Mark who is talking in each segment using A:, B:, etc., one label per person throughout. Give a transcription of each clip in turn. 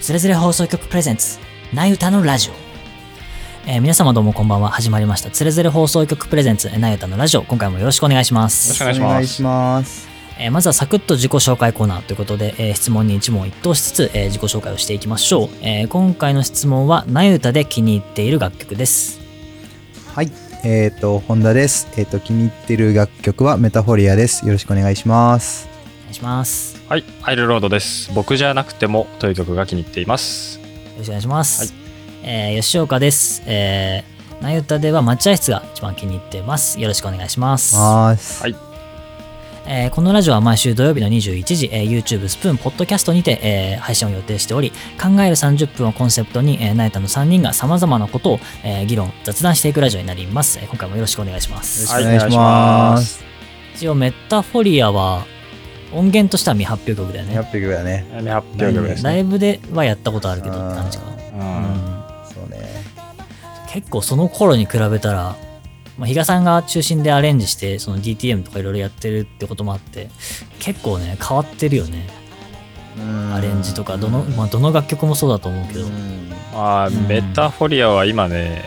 A: つれづれ放送局プレゼンツ、なゆたのラジオ。えー皆様どうもこんばんは。始まりました。つれづれ放送局プレゼンツ、なゆたのラジオ。今回もよろしくお願いします。
B: よろしくお願いします
C: ます
A: えーまずはサクッと自己紹介コーナーということで、えー質問に一問一答しつつ、えー自己紹介をしていきましょう、えー今回の質問は「なゆた」で気に入っている楽曲です
C: はいえっ、と本田ですえっ、と気に入ってる楽曲はメタフォリアですよろしくお願いします
A: お願いしますよ
B: はい、アイルロードです。僕じゃなくてもという曲が気に入っています。
A: ろしくお願いします、えー吉岡ですえーなゆたでは待合室が一番気に入ってますよろしくお願いします
C: ます
B: はい
A: えーこのラジオは毎週土曜日の21時、えー YouTube スプーンポッドキャストにて、えー配信を予定しており考える30分をコンセプトに、えー、ナエタの3人がさまざまなことを、えー議論雑談していくラジオになります、えー今回もよろしくお願いしま
C: よろ
A: す
C: しくお願いします、
A: 一応メタフォリアは音源としては未発表曲だよね
C: やっぱりだね
B: 未発表曲です
A: ラ
B: ね。
A: イブではやったことあるけどって感じかな
B: うん
C: そうね
A: 結構その頃に比べたら、まあ、比嘉さんが中心でアレンジしてその DTM とかいろいろやってるってこともあって結構ね変わってるよねアレンジとかどの,、まあ、どの楽曲もそうだと思うけど、
B: まあ、
A: ん
B: メタフォリアは今ね、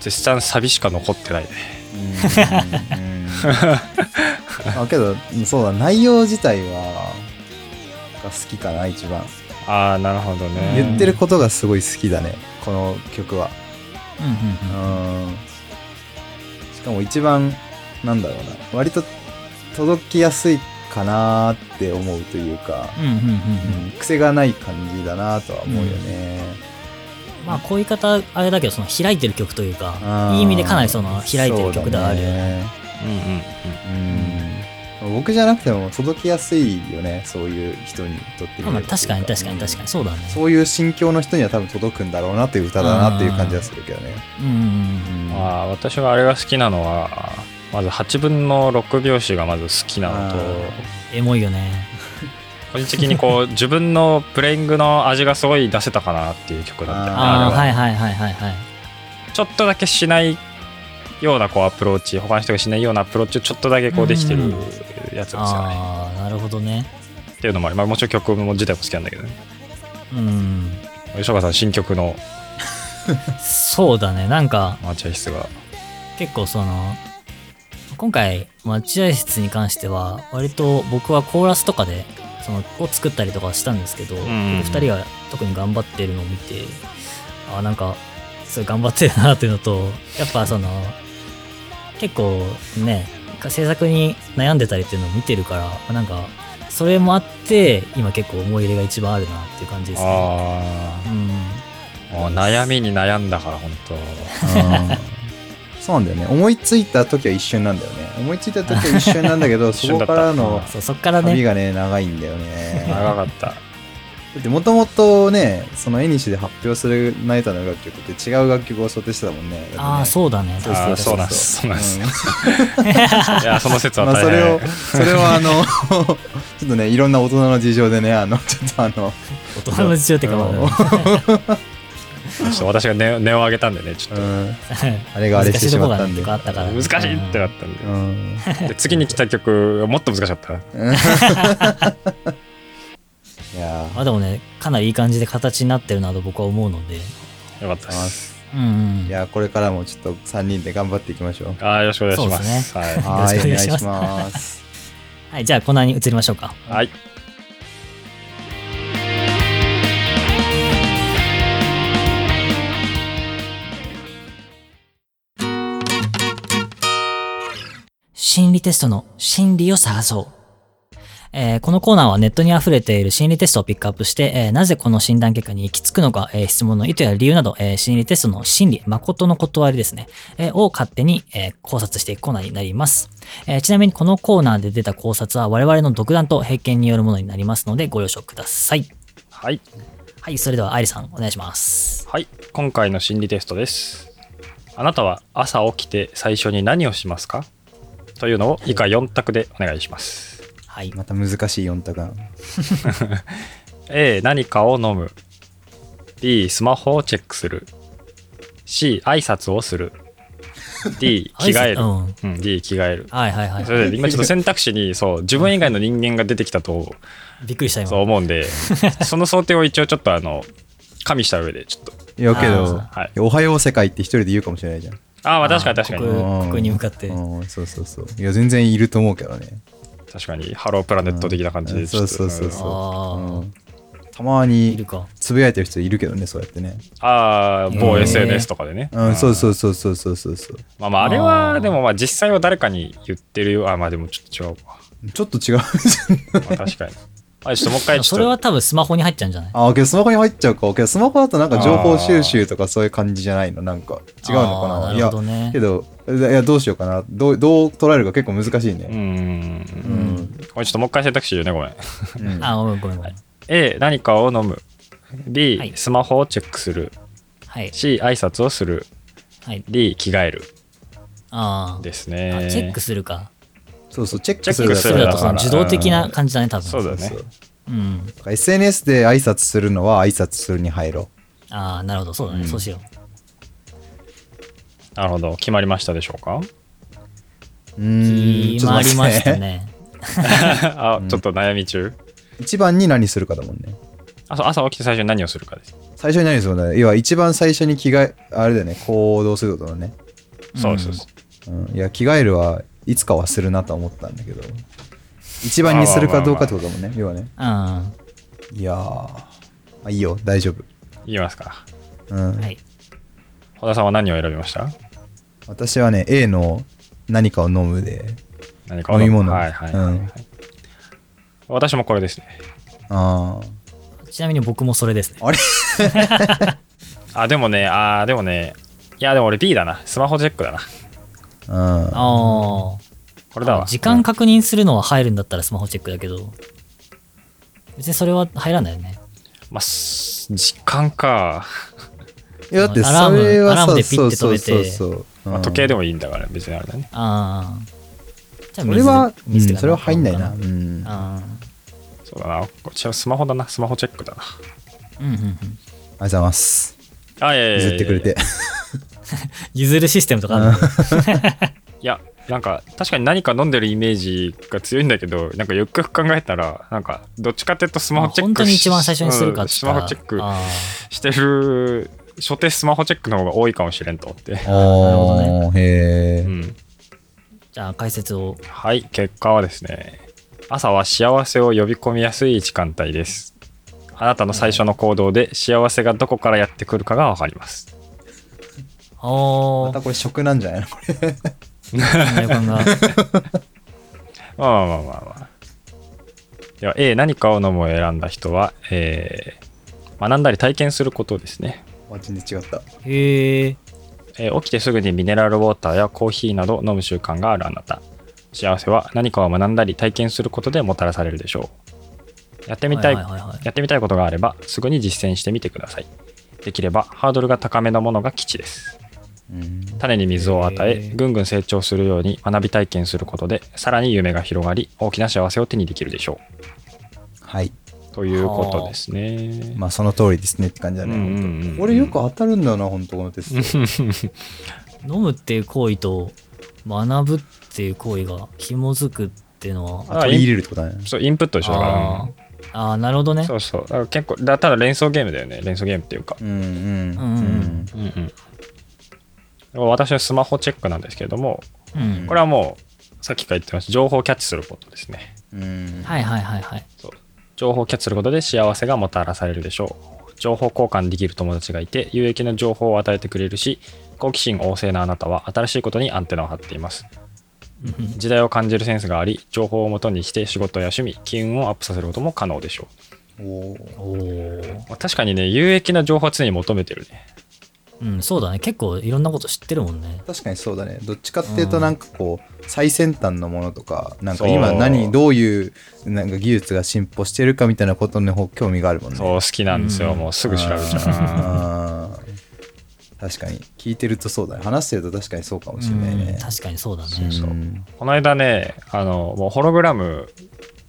B: 絶賛サビしか残ってないね。
C: あけどそうだ内容自体はが好きかな一番
B: ああ、なるほど
A: ゆ
B: ね。
C: 言ってることがすごい好きだねこの曲は
A: うんうんうん
C: うんしかも一番なんだろうな割と届きやすいかなーって思うというか、
A: うんうんうんうん
C: うん癖がない感じだなとは思うよね、
A: まあこういう言い方あれだけどその開いてる曲というか
C: うん
A: いい意味でかなりその開いてる曲ではあるよね
B: うんうんうん。
C: そうだねうん僕じゃなくても届きやすいよねそういう人にとってみれば
A: まあ確かに確かに確かにそうだね
C: そういう心境の人には多分届くんだろうなという歌だなっていう感じはするけどね、
A: うんうんうん
B: まあ、私はあれが好きなのは、まず8分の6拍子がまず好きなの
C: あ
B: と、
A: エモいよね
B: 個人的にこう、自分のプレイングの味がすごい出せたかなっていう曲だったよね
A: あ
B: あ
A: あ
B: れは。
A: はいはいはいはいはい
B: ちょっとだけしないようなこうアプローチ他の人がしないようなアプローチをちょっとだけこうできてる
A: うん
B: やつですよね。
A: ああなるほどね
B: っていうのもあり、まあ、もちろん曲も自体も好きなんだけどね
A: うん
B: 吉岡さん新曲の
A: そうだねなんか
B: マーチャイスが
A: 結構その今回待合室に関しては割と僕はコーラスとかでそのを作ったりとかしたんですけど、
B: ん
A: 2人が特に頑張ってるのを見てあなんかすごい頑張ってるなっていうのとやっぱその結構ね制作に悩んでたりっていうのを見てるからなんかそれもあって今結構思い入れが一番あるなっていう感じですね。
B: あ
A: うん
B: あもう悩みに悩んだから本当
C: うんそうなんだよね思いついた時は一瞬なんだよね思いついた時は一瞬なんだけど
B: 一
C: そ
B: 瞬だ
C: こ
B: った
C: からの
A: そうそっから
C: 旅
A: ね、
C: がね長いんだよね
B: 長かった
C: だってもともとねその絵西で発表するナイタの楽曲って違う楽曲を想定してたもんね
A: ああ
C: う
A: そうだね
B: そうそうそうなんですそうなんです
C: ん
B: いやその説は
C: まあ
B: 大
C: それ
B: 変、
C: をそれはあの ちょっとねいろんな大人の事情でねあの ちょっとあの
A: 大人の事情ってか、まあ
C: うん
B: ちょっと私が根を根を上げたんでねちょっ
C: うんあれがあれ
A: 難
C: し
A: してい
C: し
A: とこ
C: ま
A: が
C: った
A: ね
C: んで
A: 結構あったから
B: と
A: ね
B: 難しいってなったん
C: う
B: で,、
C: ん
B: で次に来た曲がもっと難しかった
C: いやー
A: まあでもねかなりいい感じで形になってるなと僕は思うので
B: よかったです
A: うんうん
C: いやーこれからもちょっと3人で頑張っていきましょう
B: ああよろしくお願いします
A: そうで
B: は
C: はい
A: よろしく
C: お願い
A: お願いし
C: し
A: ま
C: ます
A: はいじゃあコーナーに移りましょうか
B: い、はい、
A: 心理テストの心理を探そう。えーこのコーナーはネットに溢れている心理テストをピックアップして、えーなぜこの診断結果に行き着くのか、えー質問の意図や理由など、えー心理テストの心理、誠の断りですね、えーを勝手に、えー考察していくコーナーになります、えーちなみにこのコーナーで出た考察は我々の独断と偏見によるものになりますのでご了承ください。
B: はい
A: はい、それでは愛理さんお願いします。
B: はい、今回の心理テストです。あなたは朝起きて最初に何をしますかというのを以下4択でお願いします。
A: はい。
C: また難しい4択が
B: A、何かを飲む。B、スマホをチェックする。C、挨拶をする。 D 着替え
A: う
B: る、
A: ん。
B: うん、D 着替える
A: はいはいはい
B: そ。れで今ちょっと選択肢にそう自分以外の人間が出てきたと
A: びっくりした
B: そう
A: 今。
B: 思うん でその想定を一応ちょっとあの加味した上でちょっと
C: いやけど、
A: あ
B: ーはい
C: おはよう世界って一人で言うかもしれないじゃん。
B: ああまあ
A: あー
B: 確かに確か
A: こう
B: に
A: ん
C: うん
A: ここに向かって
C: うんそうそうそう。いや、全然いると思うけどね。
B: 確かにハロープラネット的な感じ
C: う
B: で
C: ん
B: ちょっと
C: そうそうそうそ
A: あ
C: う
A: あ、
C: んたま
A: いる
C: に
A: か。
C: つぶやいてる人いるけどね、そうやってね。
B: ああ某
A: へー
B: SNS とかでね
C: うん、そう
B: う
C: そうそうそうそうそうそう。
B: まあまああれ
A: あー
B: はでもまあ実際は誰かに言ってるよあまあでもちょっと違うわ
C: ちょっと違う。
B: まあ確かに あちょっともう一回ち
A: それ
B: ょっ
A: は多分スマホに入っちゃうんじゃない
C: あ、けどスマホに入っちゃうか。けどスマホだとなんか情報収集とかそういう感じじゃないのなんか違うのか
A: あーな
C: ない
A: る
C: や
A: ほ、どね
C: け。ど、いや、どうしようかな。どうどう捉えるか結構難しい
B: とうん
C: ね。うん。
B: これちょっともう一回選択肢言うねごめん
C: うん
A: あ、ごめんごめんごめん。
B: A 何かを飲む
A: は
B: B
A: い
B: スマホをチェックする
A: はい。
B: C 挨拶をする
A: はい。
B: D 着替える
A: あー
B: ですね
A: あ。チェックするか。
C: そうそう、チェッ
B: チ
C: ク
B: ェッ
C: する
B: ク
A: そ
B: す
A: れ
B: る
A: だとその自動的な
C: うん
A: 感じだね、多分。
B: そうだね
C: そうそう
A: うん。
C: だから SNS で挨拶するのは挨拶するに入ろ
A: ああ、なるほど。そうだね。
C: うん
A: そうしよ
B: なるほど決まりましたでしょうか
C: う。う
A: う。
C: ーん、
A: 決
C: ちょっと
A: ま
C: 待
A: り
C: って
A: ました。ね。
B: あ
C: うん
B: ちょっと悩み中
C: 一番に何するかだもんね。
B: あそう朝起きて最初に何をするかです
C: 最初に何するかだね。要は一番最初に着替え、あれだよね、行動することだね。
B: そうですそうです
C: うん、いや、着替えるはいつかはするなとは思ったんだけど、一番にするかどうかってことだもんね、要はね。
A: うん。はい
C: やー、あいいよ、大丈夫。
B: 言いますか
C: うん
A: い。
B: 小田さんは何を選びました
C: 私はね、A の何かを飲むで、
B: 何か
C: 飲み物
B: はいはいはいはい、
C: うん
B: 私もこれですね
C: あー
A: ちなみに僕もそれですね。
B: あでもねあーでもねいやでも俺 B だなスマホチェックだな
C: うん、あ
A: あ
B: これだわ
A: あ。時間確認するのは入るんだったらスマホチェックだけど、別にそれは入らないよね。
B: まあす時間か、
C: いや、だって
A: アラー
C: そ
A: ム
C: れは
A: アラーム
C: さ、
A: でピ
C: そ
A: ッて
C: う
A: 止
C: そうそ
A: め
C: う
A: て
C: そう。
B: まあ、
C: うん
B: 時計でもいいんだから別にあれだね
A: ああ。じゃあ
C: それは、う
A: 水水
C: ん、
A: とか
C: それは入んないな。
A: う
C: うんん。
A: あ
B: そうだなこっちはスマホだなスマホチェックだな
A: あ。うんうんうん。
C: ありがとうございます。
B: あいやいやいやいや
C: 譲ってくれて。
A: 譲るシステムとかあるの
B: いやなんか確かに何か飲んでるイメージが強いんだけどなんかよくよく考えたらなんかどっちかっていうとスマホチェック
A: 本当に一番最初にするかっ
B: うん
A: つっ
B: ス
A: たら
B: マホチェック
A: あ
B: してる所定スマホチェックの方が多いかもしれんと思って、
C: ああ
A: なる
C: ー、へえ
B: う。ん、
A: ーじゃあ解説を
B: はい結果はですね朝は幸せを呼び込みやすい時間帯ですあなたの最初の行動で幸せがどこからやってくるかがわかります
A: お
C: ま
A: ー
C: たこれ食なんじゃないのこ
A: 予感 が
B: まあまあまあまあまあでは A 何かを飲むを選んだ人は、えー学んだり体験することですね
C: れ。全然違った。
A: へえ
B: えー起きてすぐにミネラルウォーターやコーヒーなど飲む習慣があるあなた幸せは何かを学んだり体験することでもたらされるでしょうやってみたい,、
A: はいはいはいはい
B: やってみたいことがあればすぐに実践してみてくださいできればハードルが高めのものが基地です
C: うん。
B: 種に水を与え
A: へー
B: ぐんぐん成長するように学び体験することでさらに夢が広がり大きな幸せを手にできるでしょ
C: はい。
B: うということですね、
C: まあ、その通りですねって感じだね。
B: うんうんうん
C: 本当これよく当たるんだよな、本当このテスト。
A: 飲むっていう行為と学ぶっていう行為が紐づくっていうのは
B: あ
C: あ取り入れるってことだね。
B: そうインプットでしょだから
A: あーあーなるほどね
B: そうそうだから結構だただ連想ゲームだよね連想ゲームっていうか
C: うんうん
A: うんうん
B: うんうん私のスマホチェックなんですけれども、
A: うん
B: これはもう、さっきから言ってました、情報をキャッチすることですね。
C: うんうん。
A: はいはいはいはい
B: そう情報をキャッチすることで幸せがもたらされるでしょう。情報交換できる友達がいて、有益な情報を与えてくれるし、好奇心旺盛なあなたは新しいことにアンテナを張っています。
A: うん
B: 時代を感じるセンスがあり、情報を元にして仕事や趣味、金運をアップさせることも可能でしょ
C: おー
A: おー
B: う。まあ確かにね、有益な情報は常に求めてるね。
A: うんそうだね結構いろんなこと知ってるもんね
C: 確かにそうだねどっちかっていうとなんかこう最先端のものとかなんか
B: そう
C: 今何どういうなんか技術が進歩してるかみたいなことの方興味があるもんね
B: そう、好きなんです
A: う
B: よ。
A: ん
B: もうすぐ調べちゃう。
C: ゃうん確かに聞いてるとそうだね話してると確かにそうかもしれない
A: うん
C: ね
A: 確かにそうだね
B: そう
C: うん
B: この間ねあのもうホログラム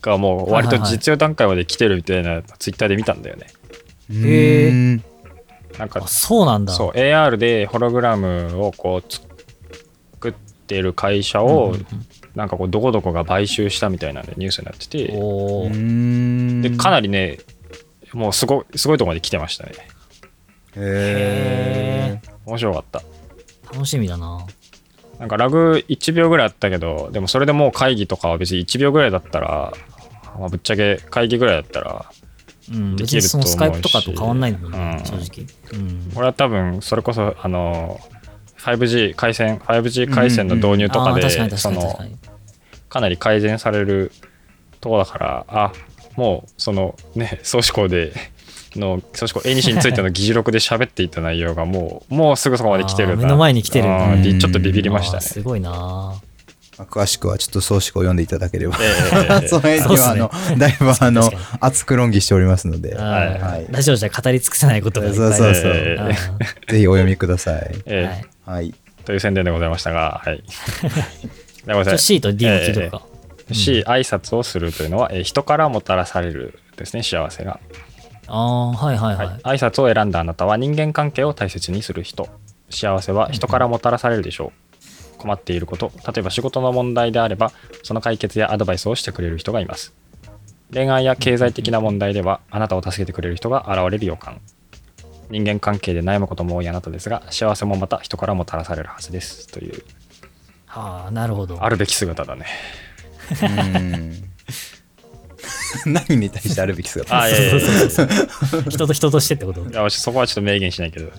B: がもう割と実用段階まで来てるみたいなツイッターで見たんだよね
A: へー
C: うん
B: なんか
A: あそうなんだ
B: そう AR でホログラムをこうつてる会社をなんかこうどこどこが買収したみたいなんでニュースになって
A: うんうんうん
B: て
A: お
C: う
A: ー
C: ん
B: でかな
C: り
B: りねもうすごすごいとこまで来てましたね
A: へ
C: へえ
B: 面白かった
A: 楽しみだな。
B: なんかラグ1秒ぐらいあったけどでもそれでもう会議とかは別に1秒ぐらいだったら、まあ、ぶっちゃけ会議ぐらいだったら
A: うん、
B: で
A: 別
B: きる
A: に
B: と
A: そ
B: 思
A: の
B: うし
A: スカイプとかと変わんないもんね、
B: う
A: 正
B: ん
A: 直。うん。
B: 俺は多分それこそあの 5G 回線 5G 回線の導入と
A: あ
B: か
A: あー、
B: で
A: 確かに確
B: そ
A: かに確
B: の
A: かに。
B: かなり改善されるとこだからあもうそのね 総志向での総志向縁西についての議事録で喋っていた内容がもうもうすぐそこまで来てるんだ
A: あー目の前に来てる
B: あー
C: うん
B: ちょっとビビりました
A: あー
B: ね
A: すごいな。
C: 詳しくはちょっと宗主を読んでいただければ
B: ええ
C: その辺にはあの、だいぶあの
A: 確か
C: 熱く論議しておりますので、
A: あー
C: はい
A: ラジオじゃ語り尽くせないことがいっぱいある。
C: そうそうそう
B: え
A: あ
B: え
A: ー
C: ぜひお読みください。
B: え え
A: はい
C: はい。
B: という宣伝でございましたがはい ごめんな
A: じ
B: さ
A: ゃ
B: い
A: あ C と D も聞いとくか。
B: し挨拶をするというのは、えー人からもたらされるですね幸せが、
A: ああー、はいはい
B: はい
A: はい。
B: 挨拶を選んだあなたは人間関係を大切にする人幸せは人からもたらされるでしょう困っていること例えば仕事の問題であればその解決やアドバイスをしてくれる人がいます恋愛や経済的な問題ではあなたを助けてくれる人が現れる予感人間関係で悩むことも多いあなたですが幸せもまた人からもたらされるはずですという
A: ああ、なるほど。
B: あるべき姿だね
C: うん 何に対してあるべき姿
B: あいやいやいや
A: そうそうそう人と人としてってこと
B: いやそこはちょっと明言しないけど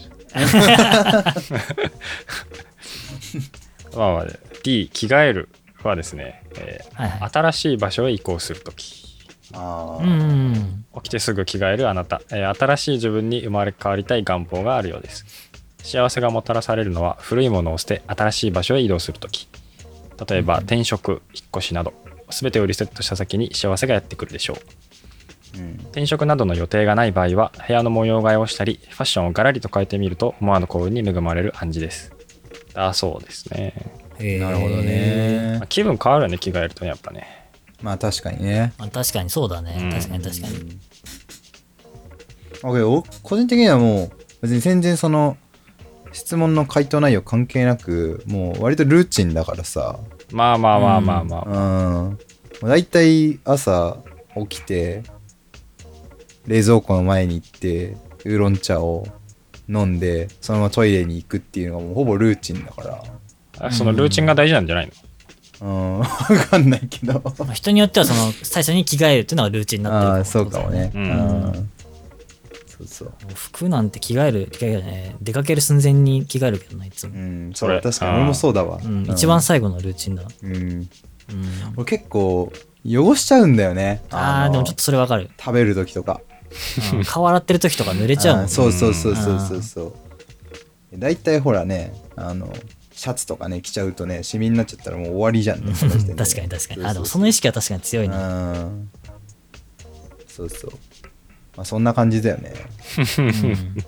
B: まあまあ D 着替えるはですね、えー
A: はいはい
B: 新しい場所へ移行するとき
C: あ
A: うんうんうん
B: 起きてすぐ着替えるあなた、えー新しい自分に生まれ変わりたい願望があるようです幸せがもたらされるのは古いものを捨て新しい場所へ移動するとき例えば転職引っ越しなど全てをリセットした先に幸せがやってくるでしょう
C: ーうん
B: 転職などの予定がない場合は部屋の模様替えをしたりファッションをガラリと変えてみると思わぬ幸運に恵まれる暗示ですだそうですね、
A: へー
C: なるほどね
B: まあ、。気分変わるよね着替えるとねやっぱね
C: まあ確かにね。
A: まあ確かにそうだね
B: うん。
A: 確かに確かに。
C: あけど個人的にはもう別に全然その質問の回答内容関係なくもう割とルーチンだからさ
B: まあまあまあまあまあ、
C: うんもう大体朝起きて冷蔵庫の前に行ってウーロン茶を飲んでそのままトイレに行くっていうのがもうほぼルーチンだから
B: あそのルーチンが大事なんじゃないの、
C: うん 分かんないけど
A: まあ人によってはその最初に着替えるっていうのがルーチンになってる
C: ああー
A: って
C: そ
A: こ
C: う
A: と
C: か
A: だよ
C: もね
B: う
C: うんんそうそう
A: もう服なんて着替える、着替えるよね。出かける寸前に着替えるけどな、いつ
C: う
A: も。
C: ん
B: そ
C: そ
B: れ
C: れ確か
B: あ
C: に
B: ー
C: 俺もそうだわ
A: うん
C: う、ん
A: 一番最後のルーチンだ。
C: う
A: う
C: ん
A: ん、
C: 俺結構汚しちゃうんだよね
A: ああ、
C: の
A: でもちょっとそれわかる。
C: 食べる時とか
A: うん顔洗ってる時とか濡れちゃうもん
C: あー
A: ね。
C: そうそうそうそうそうそう大体ほらねあのシャツとかね着ちゃうとねシミになっちゃったらもう終わりじゃん、ね、その時点で ね
A: 確かに確かに。あーでもそうの意識は確かに強いな。
C: うんそうそうまあそんな感じだよね
A: うん
C: うん挨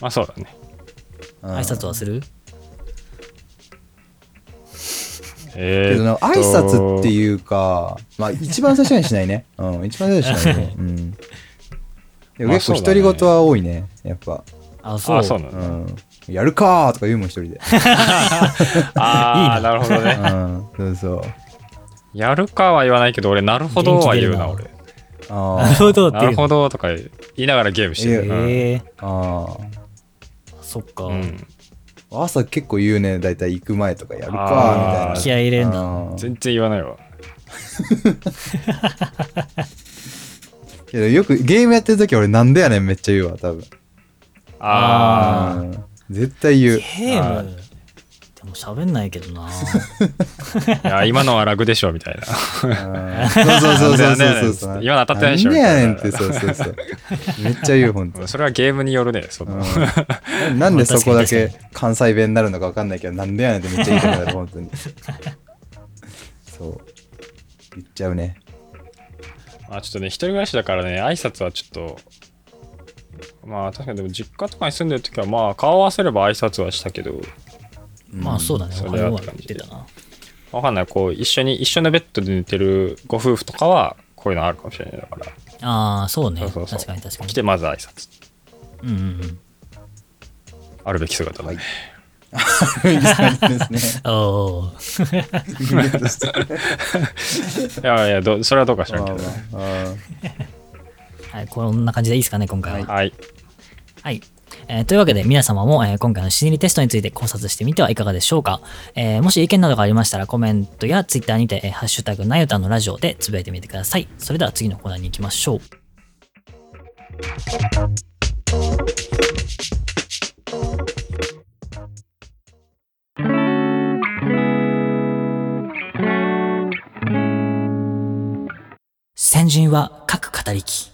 B: まあそうだね
A: 挨拶はする
B: え
C: けどな挨拶って
B: う
C: いうか、まあ一番最初にはしないね。うん、一番最初にはしないね。うん。でも
B: まあ
C: 結
B: そ
C: 構
B: うだ
C: 独
B: ね
C: り言は多いね、やっぱ。
A: あそう
B: あそうな
C: う
B: の、だ
C: ん。やるかーとか言うもん一人で。
B: ああなるほど
C: う
B: ね
C: ん、そうそう。
B: やるかは言わないけど俺なるほどは言うな
A: 元気
B: 俺
A: 出
C: あ
A: なる
C: ー
A: ほどって
B: な
A: いう
B: るほどとか言いながらゲームしてる、うん
A: ええ
C: あー。
A: そっか、
B: うん
C: 朝結構言うね、だいたい行く前とかやるかーみたいな。
B: あー
A: 気合い入れんだ
C: うん
B: 全然言わないわ
C: けどよくゲームやってる時俺なんでやねんめっちゃ言うわ、多分。
B: ああ
A: あ
C: うん絶対言う。
A: ゲ
B: あ
A: ーム
B: ー
A: でも喋んないけどな
B: いや今のは楽でしょみたいな
C: うんそうそうそうそうそうそう。
B: 今の当たってないでしょ
C: なんでやねんって、そうそうそう。めっちゃ言う、ほんと。
B: それはゲームによるね、その。
C: うんなんでそこだけ関西弁になるのか分かんないけど、なんでやねんってめっちゃ言いたくなる、本当 に。そう。言っちゃうね。
B: まあちょっとね、一人暮らしだからね、挨拶はちょっと、まあ確かにでも実家とかに住んでる時は、まあ顔を合わせれば挨拶はしたけど、
A: まあそうだね
B: そ
A: お
B: れ
A: はようは
B: はって
A: 言
B: 感
A: っ
B: じ
A: てたな
B: わかんない、こう、一緒に、一緒のベッドで寝てるご夫婦とかは、こういうのあるかもしれないだから、
A: ああそうね
B: そうそうそう
A: 確かに確かに
B: 来てまず挨拶。
A: うんうんうん
B: あるべき姿だね。
C: はいいいです ね。
A: おー
C: 人間として
B: いやいやどそれはどうか知らんけど、
C: まあまああ
A: はい、こんな感じでいいですかね、今回は。はい。
B: はい
A: えーというわけで、皆様も、えー今回の心理テストについて考察してみてはいかがでしょうか。えーもし意見などがありましたら、コメントやツイッターにて、えーハッシュタグ、なゆたのラジオでつぶやいてみてください。それでは次のコーナーに行きましょう。先人は各語りき。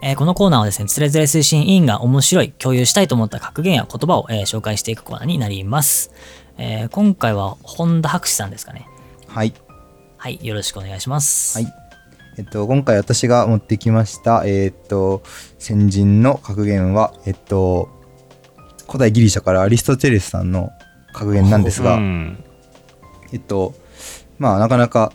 A: えーこのコーナーはですね、つれづれ推進委員が面白い、共有したいと思った格言や言葉を、えー紹介していくコーナーになります。えー今回は本田博士さんですかね。
C: はい。
A: はい、よろしくお願いします。
C: はい。えっと、今回私が持ってきました、えーっと、先人の格言は、えっと、古代ギリシャからアリストテレスさんの格言なんです
B: う
C: が、
B: ん
C: えっと、まあ、なかなか、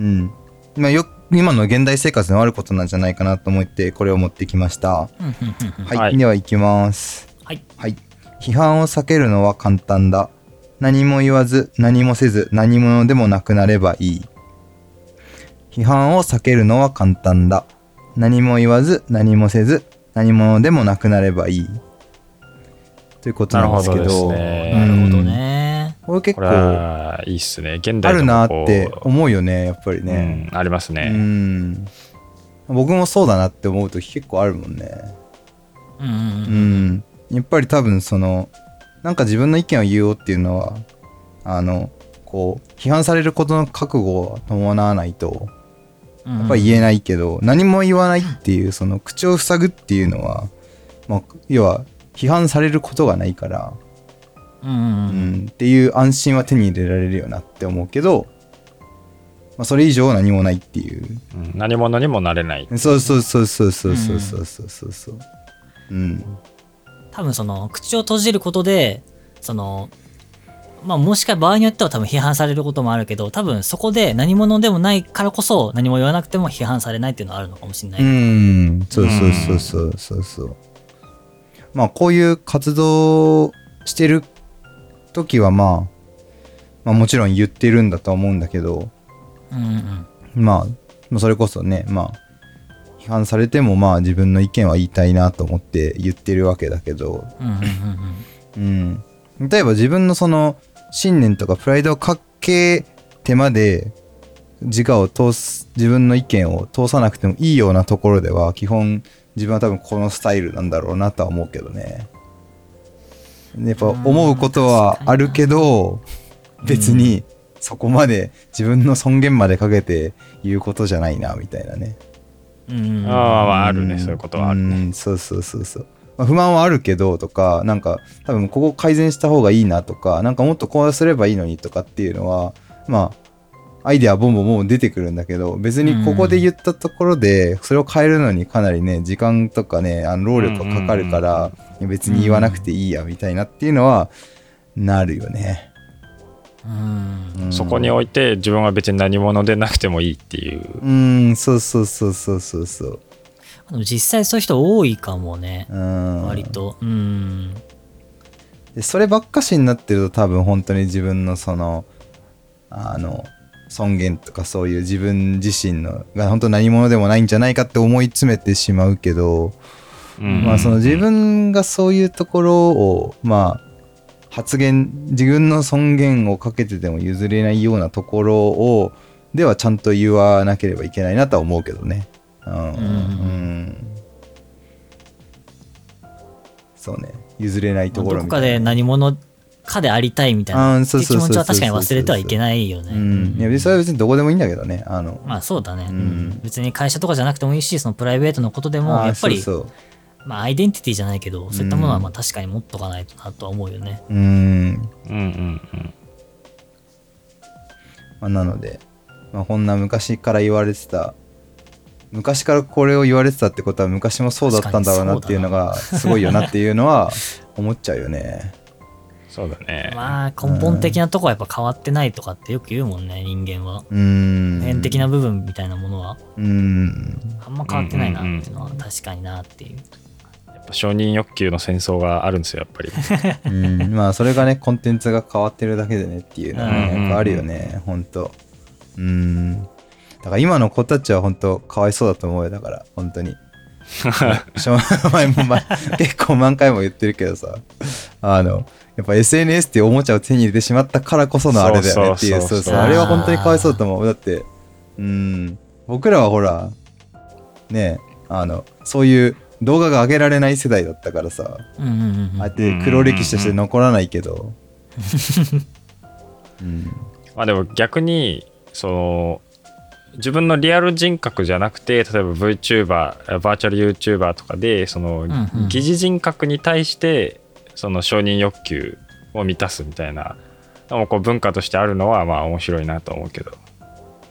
C: うん、まあ、よ今の現代生活のあることなんじゃないかなと思って、これを持ってきました。
A: うんうんうんうん
C: はい、
B: はい
C: では行きます。
A: はい。
C: はい。批判を避けるのは簡単だ。何も言わず、何もせず、何者でもなくなればいい。批判を避けるのは簡単だ。何も言わず、何もせず、何者でもなくなればいい。ということなんですけど。
B: なるほどです
A: な
B: ね
A: るほど
C: うん。
A: ね。
C: これ結
B: これ
C: 構、
B: はいいっすね現
C: あ
B: 代
C: る
B: の
C: な
B: こ
C: っ
B: う
C: て思うよね、やっぱりね。
B: うん、あります
C: う
B: ね、
C: ん。僕もそうだなって思うとき結構あるもんね。
A: うんうんう。
C: うんん、やっぱり多分そのなんか自分の意見を言おうっていうのはあのこう批判されることの覚悟を伴わないと
A: うん
C: やっぱり言えないけど、何も言わないっていうその口を塞ぐっていうのは、まあ、要は批判されることがないから、
A: うんうん
C: う
A: うん。
C: ん、っていう安心は手に入れられるよなって思うけど、まあ、それ以上何もないっていう
B: うん何者にもなれない
C: そうそうそうそうそうそうそうそうそううん
A: 多分その、口を閉じることで、その、まあもしか場合によっては多分批判されることもあるけど、多分そこで何者でもないからこそ何も言わなくても批判されないっていうのはあるのかもしれない。
C: うん、そうそうそうそうそうそう。まあこういう活動してる時はまあ、まあもちろん言ってるんだとは思うんだけど、
A: うんうん
C: まあまあそれこそね、まあ批判されてもまあ自分の意見は言いたいなと思って言ってるわけだけど、
A: うんうんうんうん
C: うん。例えば自分のその信念とかプライドをかけてまで自我を通す自分の意見を通さなくてもいいようなところでは基本自分は多分このスタイルなんだろうなとは思うけどねやっぱ思うことはあるけど
A: ん
C: 別にそこまで自分の尊厳までかけて言うことじゃないなみたいなね
A: うんうんうん。
B: あーまあある
C: う
B: ね
C: ん
B: そういうことはあるね
C: うんそうそうそうそう、まあ、不満はあるけどとかなんか多分ここ改善した方がいいなとかなんかもっとこうすればいいのにとかっていうのはまあアイデアボンボンボン出てくるんだけど別にここで言ったところでそれを変えるのにかなりね時間とかねあの労力がかかるから別に言わなくていいやみたいなっていうのはなるよね、
A: うん
C: うん
B: そこにおいて自分は別に何者でなくてもいいっていう
C: うんそうそうそうそうそうそう
A: でも実際そういう人多いかもね。
C: うん
A: 割と。うん。
C: でそればっかしになってると多分本当に自分のそのあの尊厳とかそういう自分自身のが本当何者でもないんじゃないかって思い詰めてしまうけど、
B: うん
C: まあその自分がそういうところをまあ発言自分の尊厳をかけてでも譲れないようなところをではちゃんと言わなければいけないなとは思うけどね。うん、
A: ん
C: うんそうね譲れないと
A: ど
C: ころ
A: こ
C: みたい
A: か
C: な
A: で何者かでありたいみたい
C: あ
A: な
C: ー
A: って
C: そう
A: 気
C: そうそ
A: 持
C: うそう
A: ちは確かに忘れてはいけないよね。
C: うん、いやそれは別にどこでもいいんだけどねあの
A: まあそうだね、
C: うん
A: 別に会社とかじゃなくてもいいし、そのプライベートのことでも、
C: あー
A: やっぱり、
C: そうそう
A: まあアイデンティティじゃないけど、そういったもの
C: う
A: は
C: ん
A: まあ確かに持っとかないとなとは思うよね。
C: うん、
B: うんうんうん
C: まあ、なので、まあ、こんな昔から言われてた昔からこれを言われてたってことは昔もそうだったんだろうなっていうのがすごいよなっていうのは思っちゃうよね
B: そうだね、
A: まあ根本的なとこはやっぱ変わってないとかってよく言うもんね、人間は。
C: うん
A: 普遍的な部分みたいなものは
C: うん
A: あんま変わってないな
B: うんうんうん
A: っていうのは確かになっていう。
B: やっぱ承認欲求の戦争があるんですよやっ ぱり
C: うん、まあそれがねコンテンツが変わってるだけでねっていうのはね
B: うん
C: やっぱあるよねほんとうんだから今の子たちは本当かわいそうだと思うよだから本 当にしょう前も、ま、結構何回も言ってるけどさあのやっぱ SNS っていうおもちゃを手に入れてしまったからこそのあれだよねっていう
B: そう
C: そ
B: そううそうそう
C: そうあれは本当にかわいそうだと思うだってうん僕らはほらねあのそういう動画が上げられない世代だったからさ
A: うんうんうんうん
C: あえて黒歴史として残らないけど。うん。
B: まあでも逆にその自分のリアル人格じゃなくて例えば VTuber バーチャル YouTuber とかでその
A: んうん
B: 疑似人格に対してその承認欲求を満たすみたいなのもこう文化としてあるのはまあ面白いなと思うけど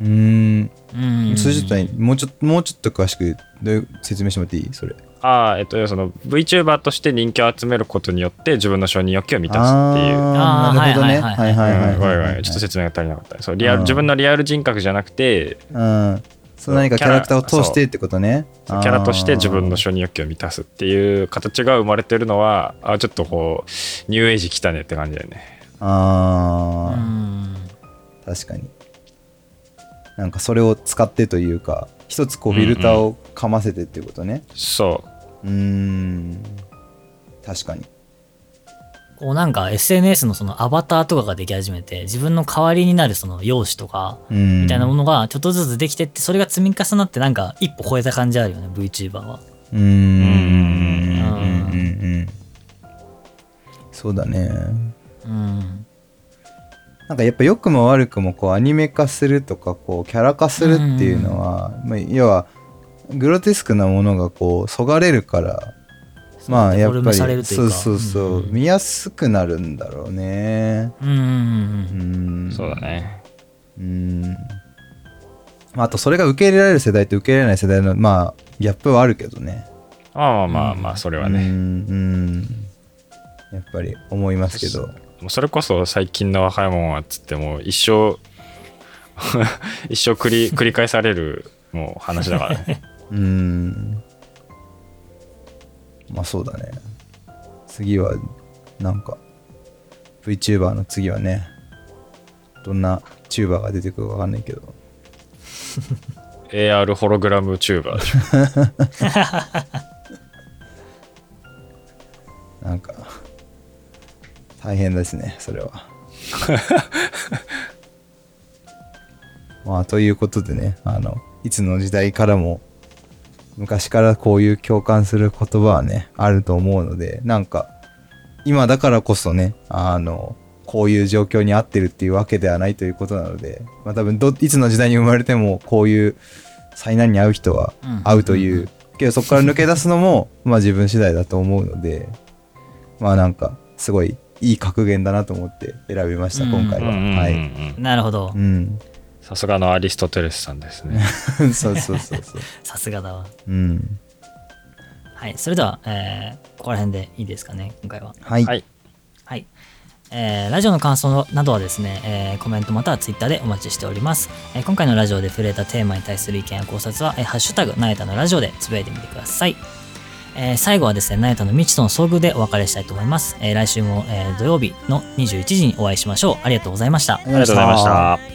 C: うーん。
A: うんうん
C: それちょっとねもうちょっと、もうちょっと詳しくどういう説明してもらっていいそれ。
B: ああえっとその VTuber として人気を集めることによって自分の承認欲求を満たすっていう
C: あー
A: あー
C: なるほどね。
A: はい
C: は
A: はいい
C: は
B: う
C: い
B: ん
C: はい。
B: ごめんごめんちょっと説明が足りなかったそうリア
C: うん
B: ル自分のリアル人格じゃなくて
C: うん。そう何かキャラクターを通してってことね。
B: キャラとして自分の
C: あ
B: 承認欲求を満たすっていう形が生まれてるのはあちょっとこうニューエイジ来たねって感じだよね
C: ーあ
A: う
C: ー
A: ん
C: 確かになんかそれを使ってというか一つこうフィルターをかませてってことね
B: そう
C: ーん確かに
A: こうなんか SNS のそのアバターとかができ始めて自分の代わりになるその容姿とか
C: み
A: みたいなものがちょっとずつできてってそれが積み重なってなんか一歩超えた感じあるよね VTuber は
C: うーんうんうんうんそうだね
A: うん
C: なんかやっぱ良くも悪くもこうアニメ化するとかこうキャラ化するっていうのは、まあ、要はグロテスクなものがこうそがれるからまあ
A: デ
C: や
A: フォ
C: っ
A: ル
C: ぱ
A: メされ
C: り
A: るとい
C: そうう
A: か
C: そうそう、
A: うん
C: 見やすくなるんだろうね
A: うんうんうん
C: う
A: うん
C: ん
B: そうだね
C: うんあとそれが受け入れられる世代と受け入れられない世代のまあギャップはあるけどね
B: まあまあまあまあそれは
C: う
B: ね、
C: んうんやっぱり思いますけど
B: もうそれこそ最近の若いもんはっつってもう一生 一生繰り 繰り返されるもう話だからね
C: うんまあそうだね次はなんか VTuber の次はねどんなチューバーが出てくるかわかんないけど
B: AR ホログラムチューバーでしょ
C: なんか大変ですねそれ はまあということでねあのいつの時代からも昔からこういう共感する言葉はねあると思うのでなんか今だからこそねあのこういう状況に合ってるっていうわけではないということなので、まあ、多分どいつの時代に生まれてもこういう災難に遭う人は
A: うん
C: 合うという、けどそこから抜け出すのもまあ自分次第だと思うのでまあなんかすごいいい格言だなと思って選びました、
A: うん
C: 今回
B: うん
C: は。
B: うんうん
C: はい、
A: なるほど
C: うん、
B: さすがのアリストテレスさんですね
C: そうそうそうそう。
A: さすがだわ
C: うん、
A: はいそれでは、えーここら辺でいいですかね今回は
C: はい、
B: はい
A: はい。えーラジオの感想などはですね、えーコメントまたはツイッターでお待ちしております、えー今回のラジオで触れたテーマに対する意見や考察は、えーハッシュタグ、なえたのラジオでつぶやいてみてください。えー最後はですね、なえたの未知との遭遇でお別れしたいと思います。えー来週も、えー土曜日の21時にお会いしましょう。ありがとうございました。
C: あ
B: ありがとうございました